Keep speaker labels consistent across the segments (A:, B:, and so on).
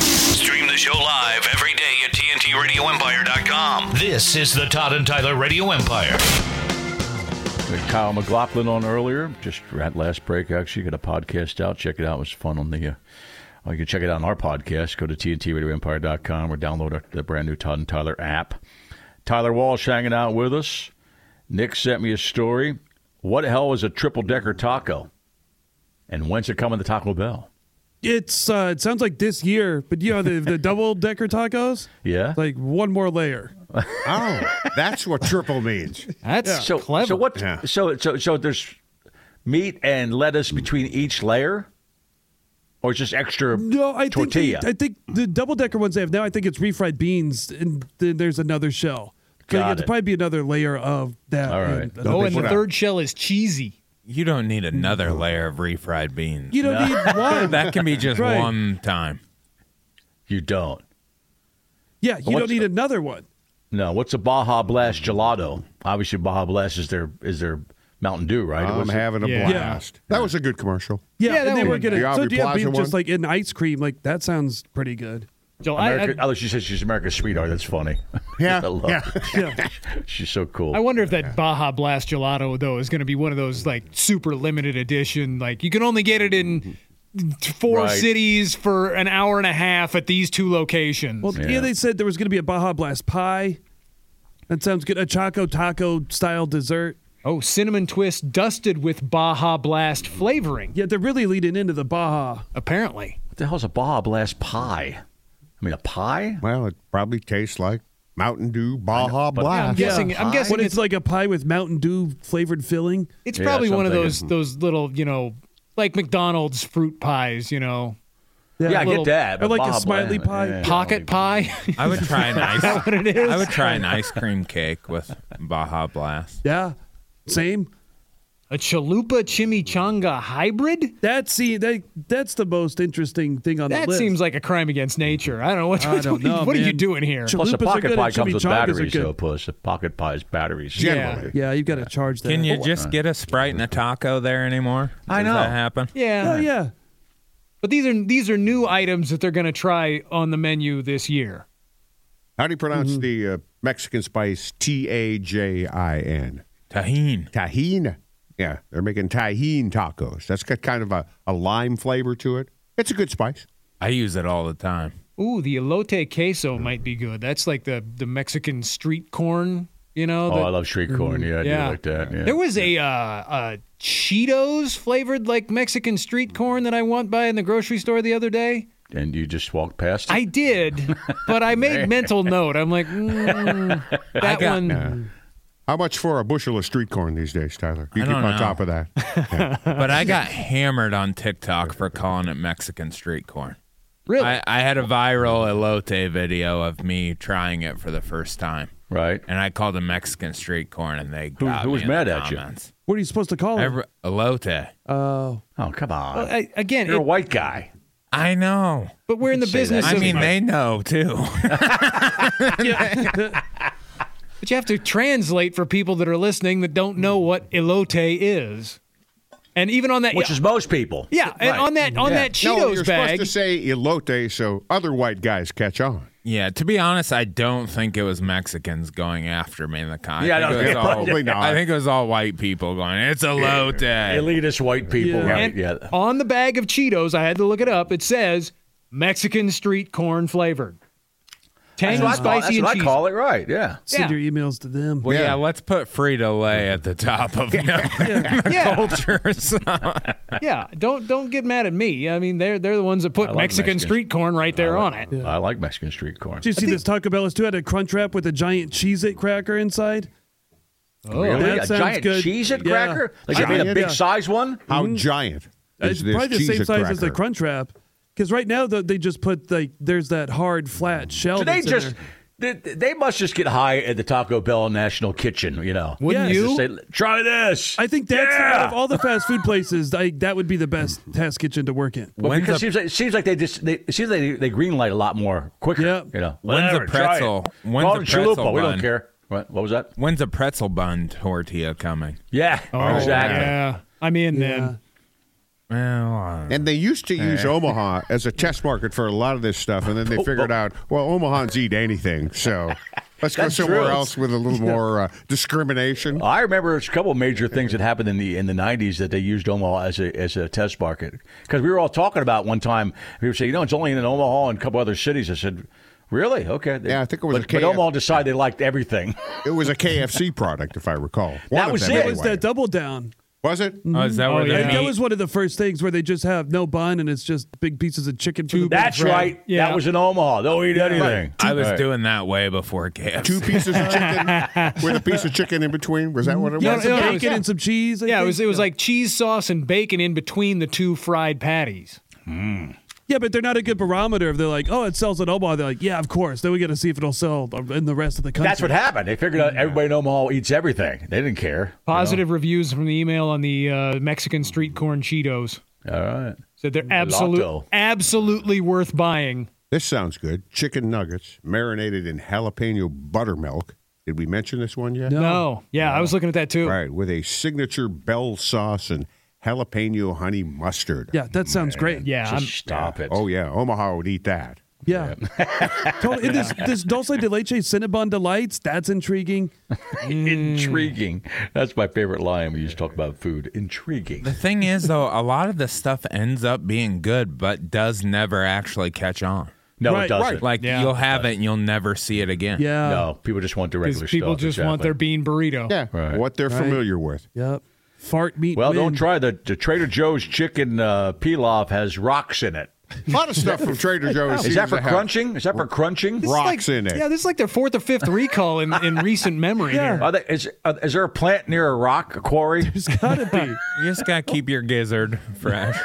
A: Stream the show live every day at TNTRadioEmpire.com.
B: This is the Todd and Tyler Radio Empire.
C: Had Kyle McLaughlin on earlier, just at last break. Actually, got a podcast out. Check it out. It was fun on the. Uh, oh, you can check it out on our podcast. Go to TNTRadioEmpire.com or download our, the brand new Todd and Tyler app. Tyler Walsh hanging out with us. Nick sent me a story. What the hell is a triple decker taco? And when's it coming to Taco Bell?
D: It's uh, it sounds like this year, but you know the, the double decker tacos.
C: Yeah.
D: like one more layer.
E: Oh, that's what triple means.
F: That's
D: Uh,
C: so
F: clever.
C: so what?
E: Yeah.
C: So so so there's meat and lettuce between each layer, or it's just extra
D: No, I
C: tortilla.
D: think I think the double decker ones they have now. I think it's refried beans, and then there's another shell. So
C: Got
D: it'd
C: it.
D: probably be another layer of that.
C: All right.
D: and uh,
F: oh,
D: another
F: and the
D: shell.
F: third shell is cheesy.
G: You don't need another layer of refried beans.
D: you don't need one.
G: that can be just
D: Right.
G: one time.
C: you don't.
D: Yeah, you don't
C: What's-
D: need another one.
C: No, what's a Baja Blast gelato? Obviously, Baja Blast is their is their Mountain Dew, right? It
E: I'm
C: was-
E: having a
F: Yeah.
E: blast. That was a good commercial.
D: Yeah,
F: Yeah,
D: and
F: that
D: they were
F: one.
D: gonna.
E: The
D: so
E: Aubrey
D: do you have
E: Plaza
D: beef just
E: one?
D: like in ice cream? Like that sounds pretty good.
F: So I-
C: America,
F: I,
C: although Oh, she says she's America's sweetheart. That's funny.
E: Yeah,
C: I love
E: yeah.
C: it. she's so cool.
F: I wonder if that Baja Blast gelato though is going to be one of those like super limited edition. Like you can only get it in four
C: Mm-hmm. Right.
F: cities for an hour and a half at these two locations.
D: Well, yeah, they said there was going to be a Baja Blast pie. That sounds good. A Choco Taco style dessert.
F: oh, cinnamon twist dusted with Baja Blast flavoring.
D: Yeah, they're really leading into the Baja.
F: Apparently,
C: what the hell's a Baja Blast pie? I mean, a pie?
E: Well, it probably tastes like Mountain Dew Baja
F: I'm
E: Blast.
F: guessing. I'm guessing
D: What
F: it's,
D: it's like a pie with Mountain Dew flavored filling.
F: It's
C: Yeah,
F: probably one of
C: something.
F: those those little, you know, like McDonald's fruit pies, you know,
C: Yeah, I
F: little-
C: get that.
D: Or
C: but
D: like a
C: Baja
D: smiley
C: Blast-
D: pie.
C: yeah.
F: pocket pie.
G: I would try an ice.
F: what it is?
G: I would try an ice cream cake with Baja Blast.
D: Yeah, same.
F: a chalupa chimichanga hybrid?
D: That see that that's the most interesting thing on the
F: That
D: list.
F: seems like a crime against nature. I don't know what,
D: I don't
F: what, are you-
D: know,
F: what are you
D: man.
F: doing here.
D: Ch-
C: Plus, a
D: Chalupas are
C: pocket
D: good
C: pie
D: and
C: comes with
D: chimichangas are
C: batteries,
D: good.
C: though, Puss. A pocket pie's batteries.
F: Generally.
D: yeah, you've got to charge that. Oh,
G: Can you just get a Sprite and a taco there anymore?
C: I know.
G: Does that happen?
F: Yeah.
D: Oh yeah,
F: But these are these are new items that they're going to try on the menu this year.
E: How do you pronounce
F: Mm-hmm.
E: the uh, Mexican spice T A J I N?
G: Tahine.
E: Tajin. Yeah, they're making tajin tacos. That's got kind of a, a lime flavor to it. It's a good spice.
G: I use it all the time.
F: Ooh, the elote queso might be good. That's like the the Mexican street corn, you know,
C: Oh,
F: that-
C: I love street corn. Yeah, I
F: Yeah.
C: do like that. Yeah.
F: There was a uh, uh, Cheetos flavored like Mexican street corn that I went by in the grocery store the other day.
C: and you just walked past it?
F: I did, but I made mental note. I'm like, mm, that one.
E: How much for a bushel of street corn these days, Tyler? You
G: I
E: keep
G: don't
E: on
G: know.
E: top of that.
G: But I got hammered on TikTok for calling it Mexican street corn.
F: Really?
G: I, I had a viral elote video of me trying it for the first time,
C: right.
G: and I called it Mexican street corn, and they
C: Who-
G: got
C: who
G: me
C: was
G: in
C: mad
G: the
C: at you?
G: comments.
D: what are you supposed to call it?
G: Every- elote.
D: Oh,
C: Oh, come on.
F: Well, I- again,
C: You're a
F: it-
C: white guy.
G: I know.
F: but we're in the
C: Say that.
F: business
G: I
F: of.
G: mean, they know too.
F: but you have to translate for people that are listening that don't know what elote is. And even on that,
C: which is most people.
F: yeah, and
C: Right.
F: on that on that Cheetos
E: no, you're
F: bag,
E: supposed to say elote so other white guys catch on.
G: Yeah, to be honest, I don't think it was Mexicans going after me in the con.
C: Yeah,
G: I think
C: no,
G: it was
C: yeah,
G: all,
E: probably not.
G: I think it was all white people going. It's a low day.
C: elitist white people,
D: Yeah.
C: right?
F: And
C: Yeah.
F: on the bag of Cheetos, I had to look it up. It says Mexican street corn flavored. Tangy, spicy, and cheesy.
C: it, right? Yeah.
D: Send
F: Yeah.
D: your emails to them.
G: Well, yeah.
E: Yeah.
G: let's put Frito Lay at the top of the
F: Yeah.
G: cultures.
F: yeah, don't don't get mad at me. I mean, they're they're the ones that put
C: I like
F: Mexican
C: Mexicans.
F: street corn right there on it.
C: I like Mexican street corn.
D: Did you see this Taco Bell? It's too had a crunch wrap with a giant cheese it cracker inside.
C: Oh, really?
D: that
C: a
D: sounds
C: giant
D: good.
C: cheese it
D: Yeah.
C: cracker? Like they made a
E: Giant,
C: big
E: yeah.
C: size one?
E: How giant is
D: Mm-hmm. it's
E: this
D: probably the
E: cheese
D: same
E: at
D: size as the
E: cracker?
D: crunch wrap. Because right now the, they just put like there's that hard flat shell.
C: So they
D: that's in
C: just
D: there.
C: they, they must just get high at the Taco Bell National Kitchen, you know.
F: Wouldn't
D: Yes.
C: Just
F: you?
C: say, try this.
D: I think that's out
C: yeah.
D: of all the fast food places. I, that would be the best test kitchen to work in.
C: well,
G: When's
C: because
G: the-
C: it seems like it seems like they just they it seems like they, they green light a lot more quicker.
D: Yep.
C: You know.
G: When's the
C: Whatever, try it.
G: pretzel- when's
C: Call
G: the
C: it
G: pretzel
C: chalupa. We don't
G: bun?
C: care. What, what was that?
G: When's a pretzel bun tortilla coming?
C: Yeah.
F: Oh,
C: exactly.
F: Yeah, I'm in then.
G: Well, uh, I
E: And they used to
D: Eh.
E: use Omaha as a test market for a lot of this stuff, and then
D: Oh,
E: they figured out, well, Omahans eat anything, so let's go
C: That's
E: somewhere
C: true.
E: else with a little more uh, discrimination.
C: I remember it's a couple of major things that happened in the in the '90s that they used Omaha as a as a test market because we were all talking about one time. People say, you know, it's only in Omaha and a couple other cities. I said, really? Okay.
E: Yeah, I think it was
C: But,
E: a
C: but
E: KF.
C: Omaha decided they liked everything.
E: It was a KFC product, if I recall. One
C: That
E: of
C: was
E: them,
C: it.
D: It was
E: anyway.
D: that double down.
E: Was it?
G: don't- oh, is that
F: Oh,
G: where
F: yeah.
G: they
D: And that
G: meet?
D: was one of the first things where they just have no bun and it's just big pieces of chicken. for the
C: That's
D: bread.
C: right.
F: Yeah.
C: That was in Omaha. Don't eat anything.
G: I was
C: All right.
G: doing that way before KFC.
E: Two pieces of chicken with a piece of chicken in between. Was that what it
D: Yeah,
E: was?
D: some
F: no, it
D: bacon
F: was-
D: and some cheese. I
F: Yeah, it
D: think.
F: was it was like cheese sauce and bacon in between the two fried patties.
D: Yeah, but they're not a good barometer. If they're like, oh, it sells in Omaha, they're like, yeah, of course. Then we got to see if it'll sell in the rest of the country.
C: That's what happened. They figured out everybody in Omaha eats everything. They didn't care.
F: Positive reviews from the email on the uh, Mexican street corn Cheetos.
C: All right.
F: Said they're absolute,
C: Lotto.
F: absolutely worth buying.
E: This sounds good. Chicken nuggets marinated in jalapeno buttermilk. Did we mention this one yet?
F: No, yeah, I was looking at that too.
E: Right, with a signature bell sauce and jalapeno honey mustard.
D: Yeah, that sounds great.
F: Yeah,
C: Just
F: I'm,
C: stop it.
E: Oh, yeah. Omaha would eat that.
D: Yeah. totally. And This, this Dulce de Leche Cinnabon Delights, that's intriguing.
F: Mm.
C: Intriguing. That's my favorite line. We used to talk about food. Intriguing.
G: The thing is, though, a lot of this stuff ends up being good, but does never actually catch on.
C: No,
D: Right,
C: it doesn't.
G: Like
F: Yeah.
G: you'll have it and you'll never see it again.
D: Yeah.
C: no, people just want the
F: because
C: regular
F: uh, people
C: stuff.
F: just want
C: exactly.
F: their bean burrito.
E: Yeah,
C: Right.
E: what they're familiar with.
D: Yep. Fart meat.
C: Well, don't
D: win.
C: try the, the Trader Joe's chicken uh, pilaf has rocks in it.
E: A lot of stuff from Trader Joe's.
C: Is that
E: seems
C: for
E: to have
C: crunching? Is that for crunching?
F: It's
E: Rocks
F: like-
E: in it.
F: Yeah, this is like their fourth or fifth recall in, in recent memory.
D: Yeah.
F: here.
C: Are they, is uh, is there a plant near a rock, a quarry?
D: It's got to be.
G: You just gotta keep your gizzard fresh.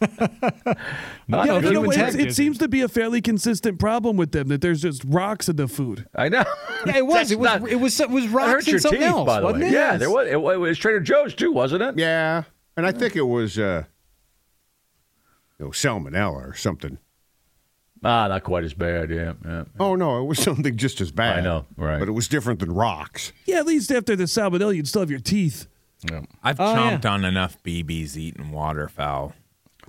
F: Oh,
C: Not
D: Yeah,
C: good
D: you know,
C: with
D: it's-
C: that.
D: it seems to be a fairly consistent problem with them that there's just rocks in the food.
C: I know.
F: Yeah, it was.
C: That's
F: It was.
C: not-
F: it was. It was
C: That
F: rocks
C: hurt your
F: and something
C: teeth,
F: else,
C: by the
F: wasn't
C: way.
F: it?
C: Yeah, there was. It, wa- it was Trader Joe's too, wasn't it?
E: Yeah, and I think it was uh, you know, salmonella or something.
C: Ah, not quite as bad. Yeah, yeah.
E: Oh no, it was something just as
C: I
E: bad.
C: know, right.
E: But it was different than rocks.
D: Yeah, at least after the salmonella, you'd still have your teeth.
G: I've
F: Oh, yeah.
G: chomped on enough BBs eating waterfowl.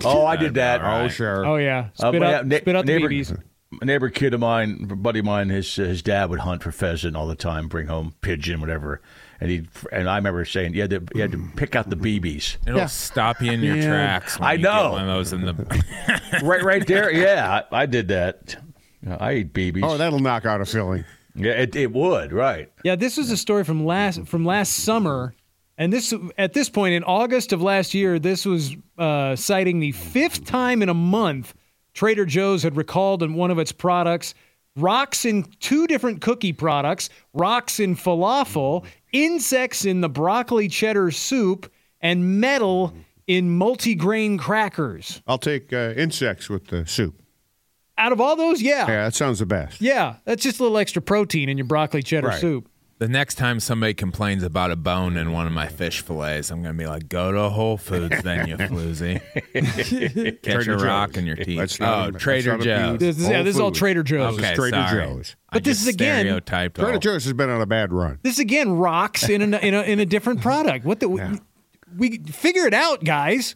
C: Oh, I did that.
E: Oh sure.
F: Oh yeah.
C: Uh,
F: Spit
C: my,
F: out.
C: uh, ne-
F: spit out the
C: neighbor,
F: BBs.
C: a neighbor kid of mine, a buddy of mine, his uh, his dad would hunt for pheasant all the time, bring home pigeon, whatever. And he and I remember saying, you had to you had to pick out the BBs.
G: It'll stop you in your tracks. When
C: I
G: you
C: know.
G: Get one of those in the.
C: right, right there. Yeah, I, I did that. Yeah, I eat BBs.
E: Oh, that'll knock out a filling.
C: yeah, it, it would. Right.
F: Yeah, this is a story from
E: Mm-hmm.
F: last from last summer, and this at this point in August of last year, this was uh, citing the
E: Mm-hmm.
F: fifth time in a month Trader Joe's had recalled in one of its products rocks in two different cookie products, rocks in
E: Mm-hmm.
F: falafel, insects in the broccoli cheddar soup, and metal
E: Mm-hmm.
F: in multigrain crackers.
E: I'll take uh, insects with the soup.
F: Out of all those, yeah,
E: Yeah, that sounds the best.
F: yeah, that's just a little extra protein in your broccoli cheddar
E: Right.
F: soup.
G: the next time somebody complains about a bone in one of my fish fillets, I'm gonna be like, "Go to Whole Foods, then you floozy. Catch
E: Trader
G: a rock
E: Joe's.
G: in your teeth."
E: That's not
G: oh,
E: a-
G: Trader
E: that's not a
G: Joe's.
E: BB.
F: This is, yeah,
E: Whole
F: this is all
E: Foods.
F: Trader Joe's.
G: Okay,
E: Trader
G: sorry.
E: Joe's.
G: I
F: But this
G: just
F: is again-
G: stereotyped.
E: Trader
G: all-
E: Joe's has been on a bad run.
F: This again rocks in an, in a in a different product. What the we figure it out, guys.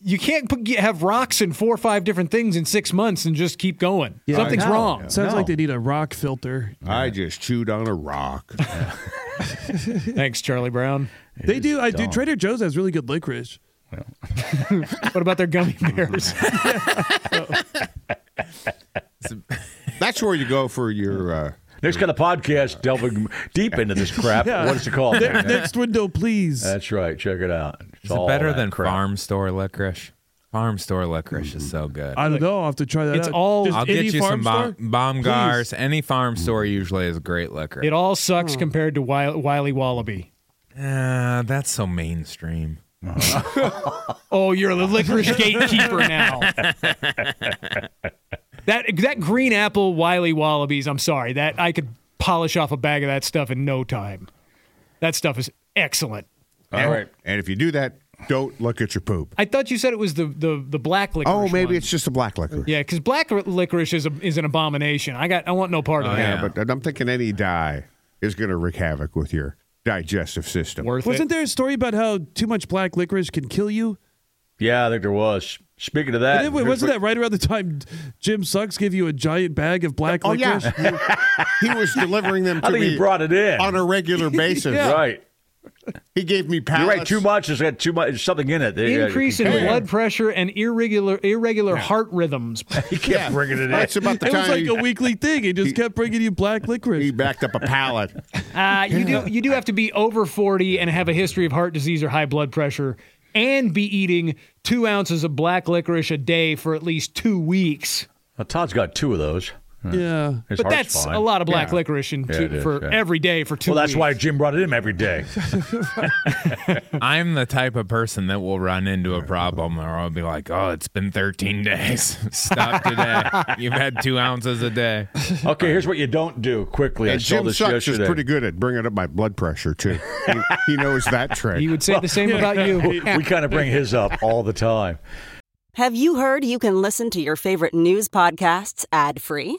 F: You can't put, get- have rocks in four or five different things in six months and just keep going. Something's
C: I know.
F: wrong.
D: Sounds
C: No.
D: like they need a rock filter.
E: I just chewed on a rock.
F: Thanks, Charlie Brown.
D: they do. I do. Trader Joe's has really good licorice.
F: What about their gummy bears?
E: that's where you go for your. Uh,
C: Nick's got a podcast delving deep into this crap.
D: Yeah.
C: What is it called?
D: Ne- next window, please.
C: That's right. Check it out. It's
G: Is it
C: all
G: better
C: that
G: than
C: crap.
G: farm store licorice? Farm store licorice is so good.
D: I don't know. I'll have to try that.
F: It's
D: out.
F: all-
D: Just
G: I'll get
D: any
G: you
D: farm
G: some
D: store?
G: bomb, Baumgars. Any farm store usually is great liquor.
F: It all sucks compared to Wile- Wiley Wallaby.
G: Ah, that's so mainstream.
F: Oh, you're a licorice gatekeeper now. that that green apple Wiley Wallabies. I'm sorry that I could polish off a bag of that stuff in no time. That stuff is excellent.
E: and, And if you do that, don't look at your poop.
F: I thought you said it was the the, the black licorice.
E: Oh, maybe
F: one.
E: it's just a black liquor.
F: yeah, because black r- licorice is a, is an abomination. I got I want no part of
C: Oh,
F: that.
E: Yeah, but I'm thinking any dye is going to wreak havoc with your digestive system.
F: Worth
D: Wasn't
F: it.
D: there a story about how too much black licorice can kill you?
C: Yeah, I think there was. Speaking of that,
D: And it, wasn't that right around the time Jim Sucks gave you a giant bag of black
E: Oh
D: licorice?
E: yeah, he, he was delivering them to
C: I think
E: me
C: he brought it in.
E: on a regular basis.
C: Right.
E: He gave me pallets.
C: You're right. Too much has got too much there's something in it. They- uh,
F: Increase in blood pressure and irregular irregular heart rhythms.
C: He kept bringing it in.
E: That's about the
D: It was
E: time
D: like
E: he,
D: a weekly thing. He just kept bringing you black
E: he
D: licorice.
E: backed up a pallet.
F: Uh, you do you do have to be over forty and have a history of heart disease or high blood pressure, and be eating two ounces of black licorice a day for at least two weeks.
C: Well, Todd's got two of those.
D: Yeah.
C: His
F: But
C: heart's
F: that's
C: fine.
F: a lot of black licorice in
C: Yeah,
F: two,
C: it is,
F: for
C: yeah.
F: every day for two.
C: Well, that's
F: weeks.
C: why Jim brought it in every day.
G: I'm the type of person that will run into a problem or I'll be like, oh, it's been 13 days. Stop today. You've had two ounces a day.
C: Okay, here's what you don't do quickly. I
E: And
C: saw
E: Jim
C: this
E: Sucks
C: yesterday.
E: is pretty good at bringing up my blood pressure too. He, he knows that trick.
F: He would say the same about you.
C: we kind of bring his up all the time.
H: Have you heard you can listen to your favorite news podcasts ad free?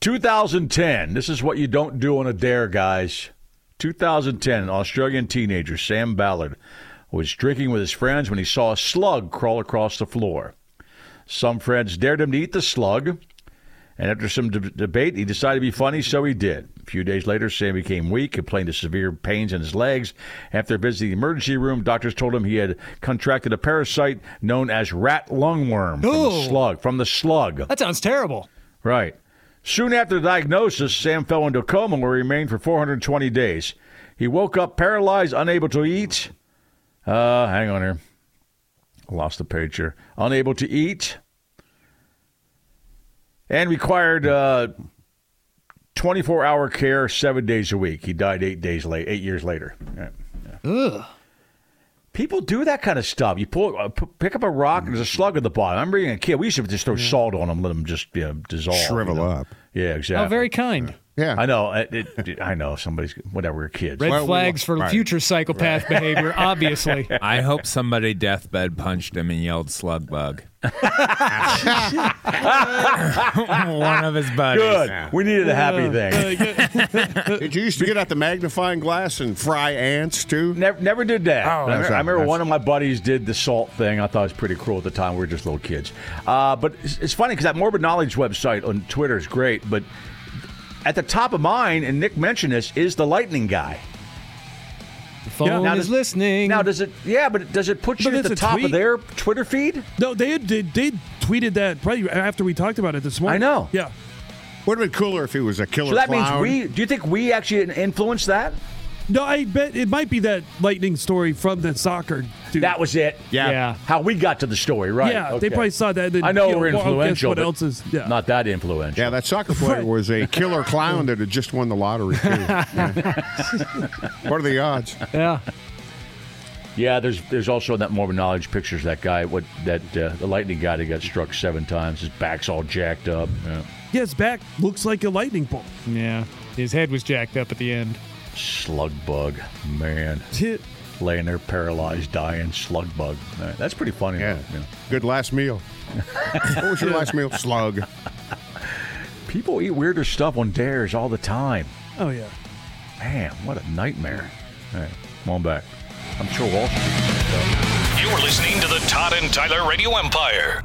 C: 2010. This is what you don't do on a dare, guys. 2010, Australian teenager Sam Ballard was drinking with his friends when he saw a slug crawl across the floor. Some friends dared him to eat the slug, and after some de- debate, he decided to be funny, so he did. A few days later, Sam became weak, complained of severe pains in his legs. After visiting the emergency room, doctors told him he had contracted a parasite known as rat lungworm from the
F: No.
C: slug. From the slug.
F: That sounds terrible.
C: Right. Soon after the diagnosis, Sam fell into a coma where he remained for 420 days. He woke up paralyzed, unable to eat. Uh, hang on here. I lost the page here. Unable to eat. And required uh, 24 hour care seven days a week. He died eight days late, eight years later. Yeah.
F: Ugh.
C: People do that kind of stuff. You pull, uh, p- pick up a rock and there's a slug at the bottom. I remember being a kid. We used to just throw salt on them, let them just you know, dissolve, you
E: shrivel
C: know?
E: up.
C: Yeah, exactly.
F: How very kind.
E: Yeah,
C: I know. It, it- it- I know. Somebody's whatever. We're kids.
F: Red
E: Well, we-
F: flags for
E: right.
F: future psychopath behavior, obviously.
G: I hope somebody deathbed punched him and yelled slug bug. One of his buddies.
C: Good. We needed a happy thing.
E: Did you used to get out the magnifying glass and fry ants too?
C: Never, never did that. I remember,
E: that's-
C: I remember one
E: that's-
C: of my buddies did the salt thing. I thought it was pretty cool at the time. We were just little kids. Uh, but it's, it's funny because that Morbid Knowledge website on Twitter is great. But at the top of mine, and Nick mentioned this, is the lightning guy.
F: The phone
D: Now
F: is
C: does-
F: listening.
C: Now, does it? Yeah, but does it put you
D: But
C: at
D: it's
C: the
D: a
C: top of
D: tweet.
C: their Twitter feed?
D: No, they, they they tweeted that probably after we talked about it this morning.
C: I know.
D: Yeah.
E: Would have been cooler if he was a killer
C: So that
E: clown.
C: means we. Do you think we actually influenced that?
D: No, I bet it might be that lightning story from the soccer dude.
C: That was it.
E: yeah.
F: Yeah.
C: How we got to the story, right?
D: Yeah,
C: okay.
D: they probably saw that. Then,
C: I know
D: you
C: we're
D: well, guess
C: influential.
D: What
C: but
D: else is yeah.
C: Not that influential.
E: Yeah, that soccer player was a killer clown that had just won the lottery too. Yeah. what are the odds?
F: yeah.
C: Yeah, there's there's also that Morbid Knowledge pictures that guy what that uh, the lightning guy that got struck seven times. His back's all jacked up. Yeah.
D: Yeah, his back looks like a lightning bolt.
F: Yeah, his head was jacked up at the end.
C: Slug bug, man,
D: Hit.
C: laying there paralyzed, dying. Slug bug. All right, That's pretty funny.
E: Yeah.
C: though, yeah.
E: Good last meal. what was your last meal? Slug.
C: People eat weirder stuff on dares all the time.
D: Oh yeah.
C: Man, what a nightmare. All right, come on back. I'm sure Wall Street.
A: You're listening to the Todd and Tyler Radio Empire.